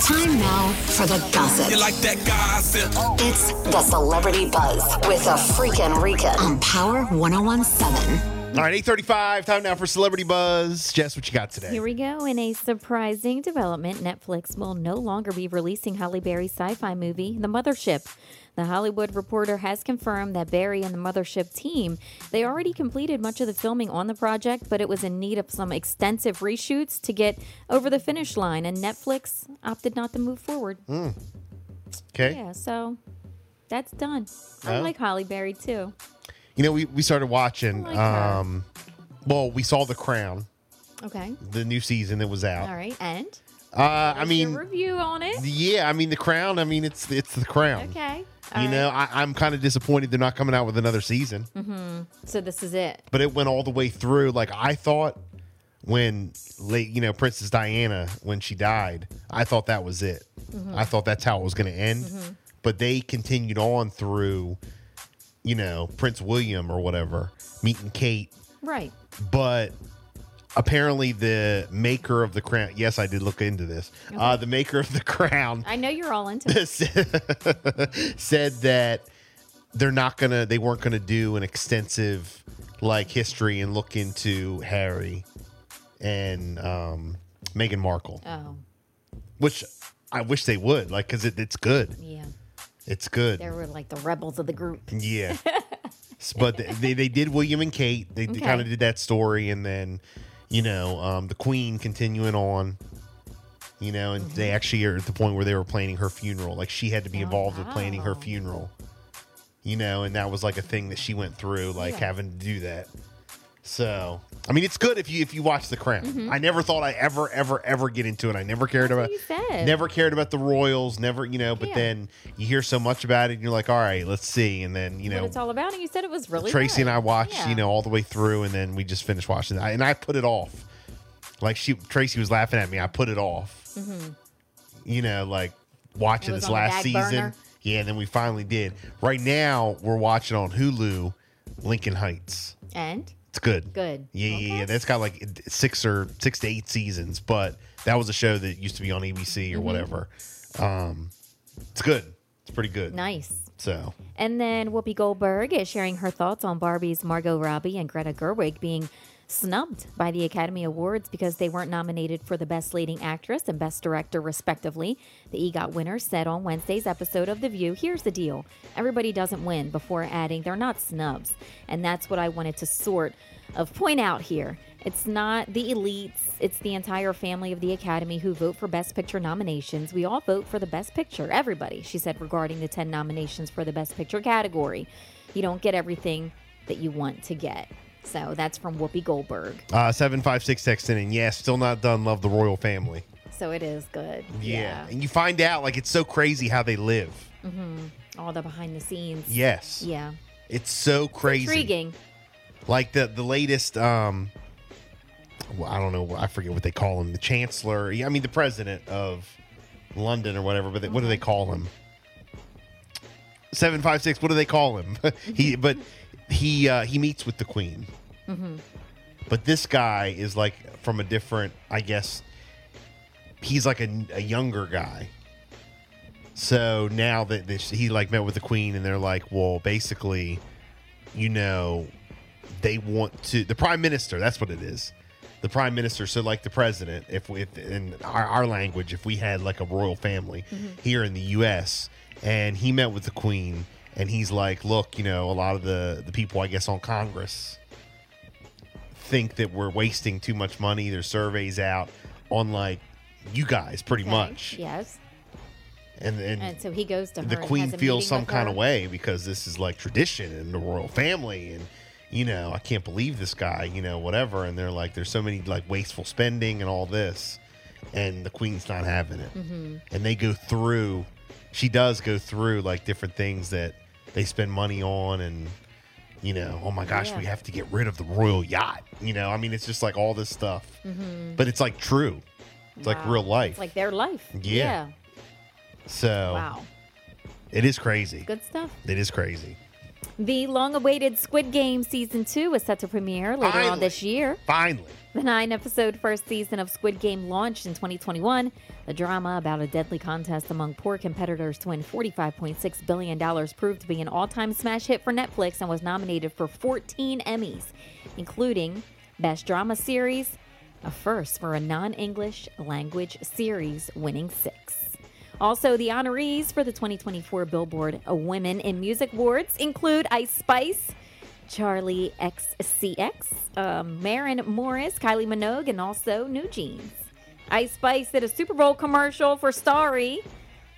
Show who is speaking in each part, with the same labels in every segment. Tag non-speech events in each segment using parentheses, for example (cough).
Speaker 1: Time now for the gossip.
Speaker 2: You like that gossip?
Speaker 1: It's the Celebrity Buzz with a freaking Rika on Power 1017.
Speaker 3: All right, 835, time now for Celebrity Buzz. Jess, what you got today?
Speaker 4: Here we go. In a surprising development, Netflix will no longer be releasing Halle Berry's sci fi movie, The Mothership. The Hollywood Reporter has confirmed that Barry and the Mothership team, they already completed much of the filming on the project, but it was in need of some extensive reshoots to get over the finish line, and Netflix opted not to move forward.
Speaker 3: Hmm. Okay.
Speaker 4: Yeah, so that's done. I
Speaker 3: Oh.
Speaker 4: like Holly Berry too.
Speaker 3: You know, we, we started watching,
Speaker 4: I like her.
Speaker 3: um, well, we saw The Crown,
Speaker 4: Okay.
Speaker 3: the new season that was out.
Speaker 4: All right. And
Speaker 3: Uh, I
Speaker 4: Is
Speaker 3: mean,
Speaker 4: your review on it.
Speaker 3: yeah, I mean, The Crown, I mean, it's it's The Crown.
Speaker 4: Okay.
Speaker 3: You
Speaker 4: All right.
Speaker 3: know, I, I'm kind of disappointed they're not coming out with another season,
Speaker 4: So this is it.
Speaker 3: but it went all the way through. Like, I thought when, late, you know, Princess Diana, when she died, I thought that was it. I thought that's how it was going to end. But they continued on through, you know, Prince William or whatever, meeting Kate.
Speaker 4: Right.
Speaker 3: but apparently the maker of the crown yes i did look into this uh, the maker of the (laughs) crown
Speaker 4: I know you're all into it.
Speaker 3: (laughs) said that they're not gonna they weren't gonna do an extensive like history and look into harry and um meghan markle
Speaker 4: Oh,
Speaker 3: which i wish they would like because it, it's good
Speaker 4: yeah.
Speaker 3: it's good
Speaker 4: They were like the rebels of the group.
Speaker 3: (laughs) Yeah. S-
Speaker 4: (laughs)
Speaker 3: but th- they, they did William and Kate. They,
Speaker 4: Okay.
Speaker 3: kind of did that story. And then, you know, um, the Queen continuing on, you know, and
Speaker 4: Mm-hmm.
Speaker 3: they actually are at the point where they were planning her funeral. Like she had to be involved with planning her
Speaker 4: Oh, wow.
Speaker 3: funeral, you know, and that was like a thing that she went through, like
Speaker 4: Yeah.
Speaker 3: having to do that. So, I mean, it's good if you if you watch The Crown. I never thought I ever ever ever get into it. I never cared
Speaker 4: Mm-hmm. That's
Speaker 3: about
Speaker 4: what you said.
Speaker 3: never cared about the Royals, never, you know, but
Speaker 4: Yeah.
Speaker 3: then you hear so much about it and you're like, all right, let's see. And then, you
Speaker 4: What
Speaker 3: know,
Speaker 4: it's all about, and you said it was really
Speaker 3: Tracy and
Speaker 4: good.
Speaker 3: I watched,
Speaker 4: Yeah.
Speaker 3: you know, all the way through and then we just finished watching that. And I put it off. Like she Tracy was laughing at me. I put it off. You know, like
Speaker 4: Mm-hmm.
Speaker 3: watching
Speaker 4: It was on
Speaker 3: this
Speaker 4: the
Speaker 3: last
Speaker 4: back
Speaker 3: season.
Speaker 4: burner.
Speaker 3: Yeah, and then we finally did. Right now we're watching on Hulu Lincoln Heights.
Speaker 4: And
Speaker 3: It's good.
Speaker 4: good.
Speaker 3: Yeah, yeah,
Speaker 4: Okay.
Speaker 3: yeah. That's got like six or six to eight seasons, but that was a show that used to be on ABC or
Speaker 4: Mm-hmm.
Speaker 3: whatever. Um, it's good. It's pretty good.
Speaker 4: nice.
Speaker 3: So
Speaker 4: And then Whoopi Goldberg is sharing her thoughts on Barbie's Margot Robbie and Greta Gerwig being snubbed by the Academy Awards because they weren't nominated for the Best Leading Actress and Best Director, respectively. The E EGOT winner said on Wednesday's episode of The View Here's the deal everybody doesn't win, before adding, they're not snubs. And that's what I wanted to sort of point out here. It's not the elites, it's the entire family of the Academy who vote for Best Picture nominations. We all vote for the Best Picture, everybody, she said, regarding the 10 nominations for the Best Picture category. You don't get everything that you want to get. So that's from Whoopi Goldberg.
Speaker 3: uh, seven five six texting and yes, still not done. Love the royal family.
Speaker 4: So it is good.
Speaker 3: and you find out like it's so crazy how they live.
Speaker 4: All the behind the scenes.
Speaker 3: Yes,
Speaker 4: Yeah.
Speaker 3: it's so crazy.
Speaker 4: Intriguing.
Speaker 3: Like the the latest. Um, well, I don't know. I forget what they call him. The chancellor. I mean, the president of London or whatever. But they, what do they call him? Seven five six. What do they call him? (laughs) he but he uh, he meets with the queen. But this guy is like from a different. I guess he's like a, a younger guy. So now that this, he like met with the queen, and they're like, well, basically, you know, they want to the prime minister. That's what it is. The prime minister. So like the president. If we, if in our, our language, if we had like a royal family here in the U.S. and he met with the queen, and he's like, look, you know, a lot of the the people, I guess, on Congress think that we're wasting too much money. There's surveys out on like you guys pretty
Speaker 4: Okay.
Speaker 3: much
Speaker 4: Yes.
Speaker 3: and and,
Speaker 4: And so he goes to her.
Speaker 3: the
Speaker 4: and
Speaker 3: queen
Speaker 4: has a
Speaker 3: feels
Speaker 4: meeting
Speaker 3: some
Speaker 4: with
Speaker 3: kind of
Speaker 4: her.
Speaker 3: way because this is like tradition in the royal family and you know i can't believe this guy you know whatever and they're like there's so many like wasteful spending and all this and the queen's not having it.
Speaker 4: Mm-hmm.
Speaker 3: And they go through, she does go through like different things that they spend money on and, you know, oh my gosh,
Speaker 4: Yeah.
Speaker 3: we have to get rid of the royal yacht. You know, I mean, it's just like all this stuff, but it's like true. It's like
Speaker 4: Mm-hmm. Wow.
Speaker 3: real life.
Speaker 4: It's like their life.
Speaker 3: Yeah. so
Speaker 4: Wow.
Speaker 3: it is crazy.
Speaker 4: Good stuff.
Speaker 3: It is crazy.
Speaker 4: The long awaited Squid Game season two is set to premiere later on
Speaker 3: Finally.
Speaker 4: this year.
Speaker 3: Finally.
Speaker 4: The nine episode first season of Squid Game launched in 2021. The drama about a deadly contest among poor competitors to win $45.6 billion proved to be an all time smash hit for Netflix and was nominated for 14 Emmys, including Best Drama Series, a first for a non English language series, winning six. Also, the honorees for the 2024 Billboard Women in Music Awards include Ice Spice, Charlie XCX, um, Marin Morris, Kylie Minogue, and also New Jeans. Ice Spice did a Super Bowl commercial for Starry.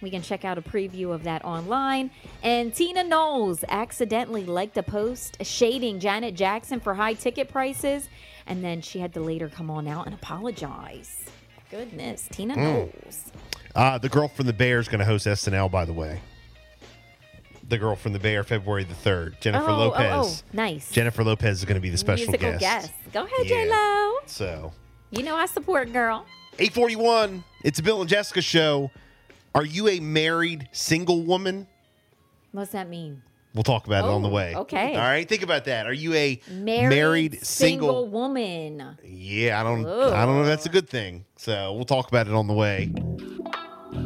Speaker 4: We can check out a preview of that online. And Tina Knowles accidentally liked a post shading Janet Jackson for high ticket prices, and then she had to later come on out and apologize. Goodness, Tina Knowles.
Speaker 3: Uh, the girl from the Bear is going to host SNL, by the way. The girl from the Bear, February the third, Jennifer
Speaker 4: Oh, oh,
Speaker 3: Lopez.
Speaker 4: oh, nice.
Speaker 3: Jennifer Lopez is going to be the special
Speaker 4: Musical
Speaker 3: guest.
Speaker 4: Go ahead,
Speaker 3: Yeah.
Speaker 4: J Lo.
Speaker 3: So,
Speaker 4: You know I support girl.
Speaker 3: eight forty-one. It's a Bill and Jessica show. Are you a married single woman?
Speaker 4: What's that mean?
Speaker 3: We'll talk about it on the
Speaker 4: Oh,
Speaker 3: way.
Speaker 4: okay.
Speaker 3: All right. Think about that. Are you a
Speaker 4: Married, single,
Speaker 3: single?
Speaker 4: woman.
Speaker 3: Yeah, I don't. I don't know. if That's a good thing. So we'll talk about it on the way.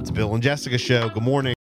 Speaker 3: It's Bill and Jessica show. Good morning.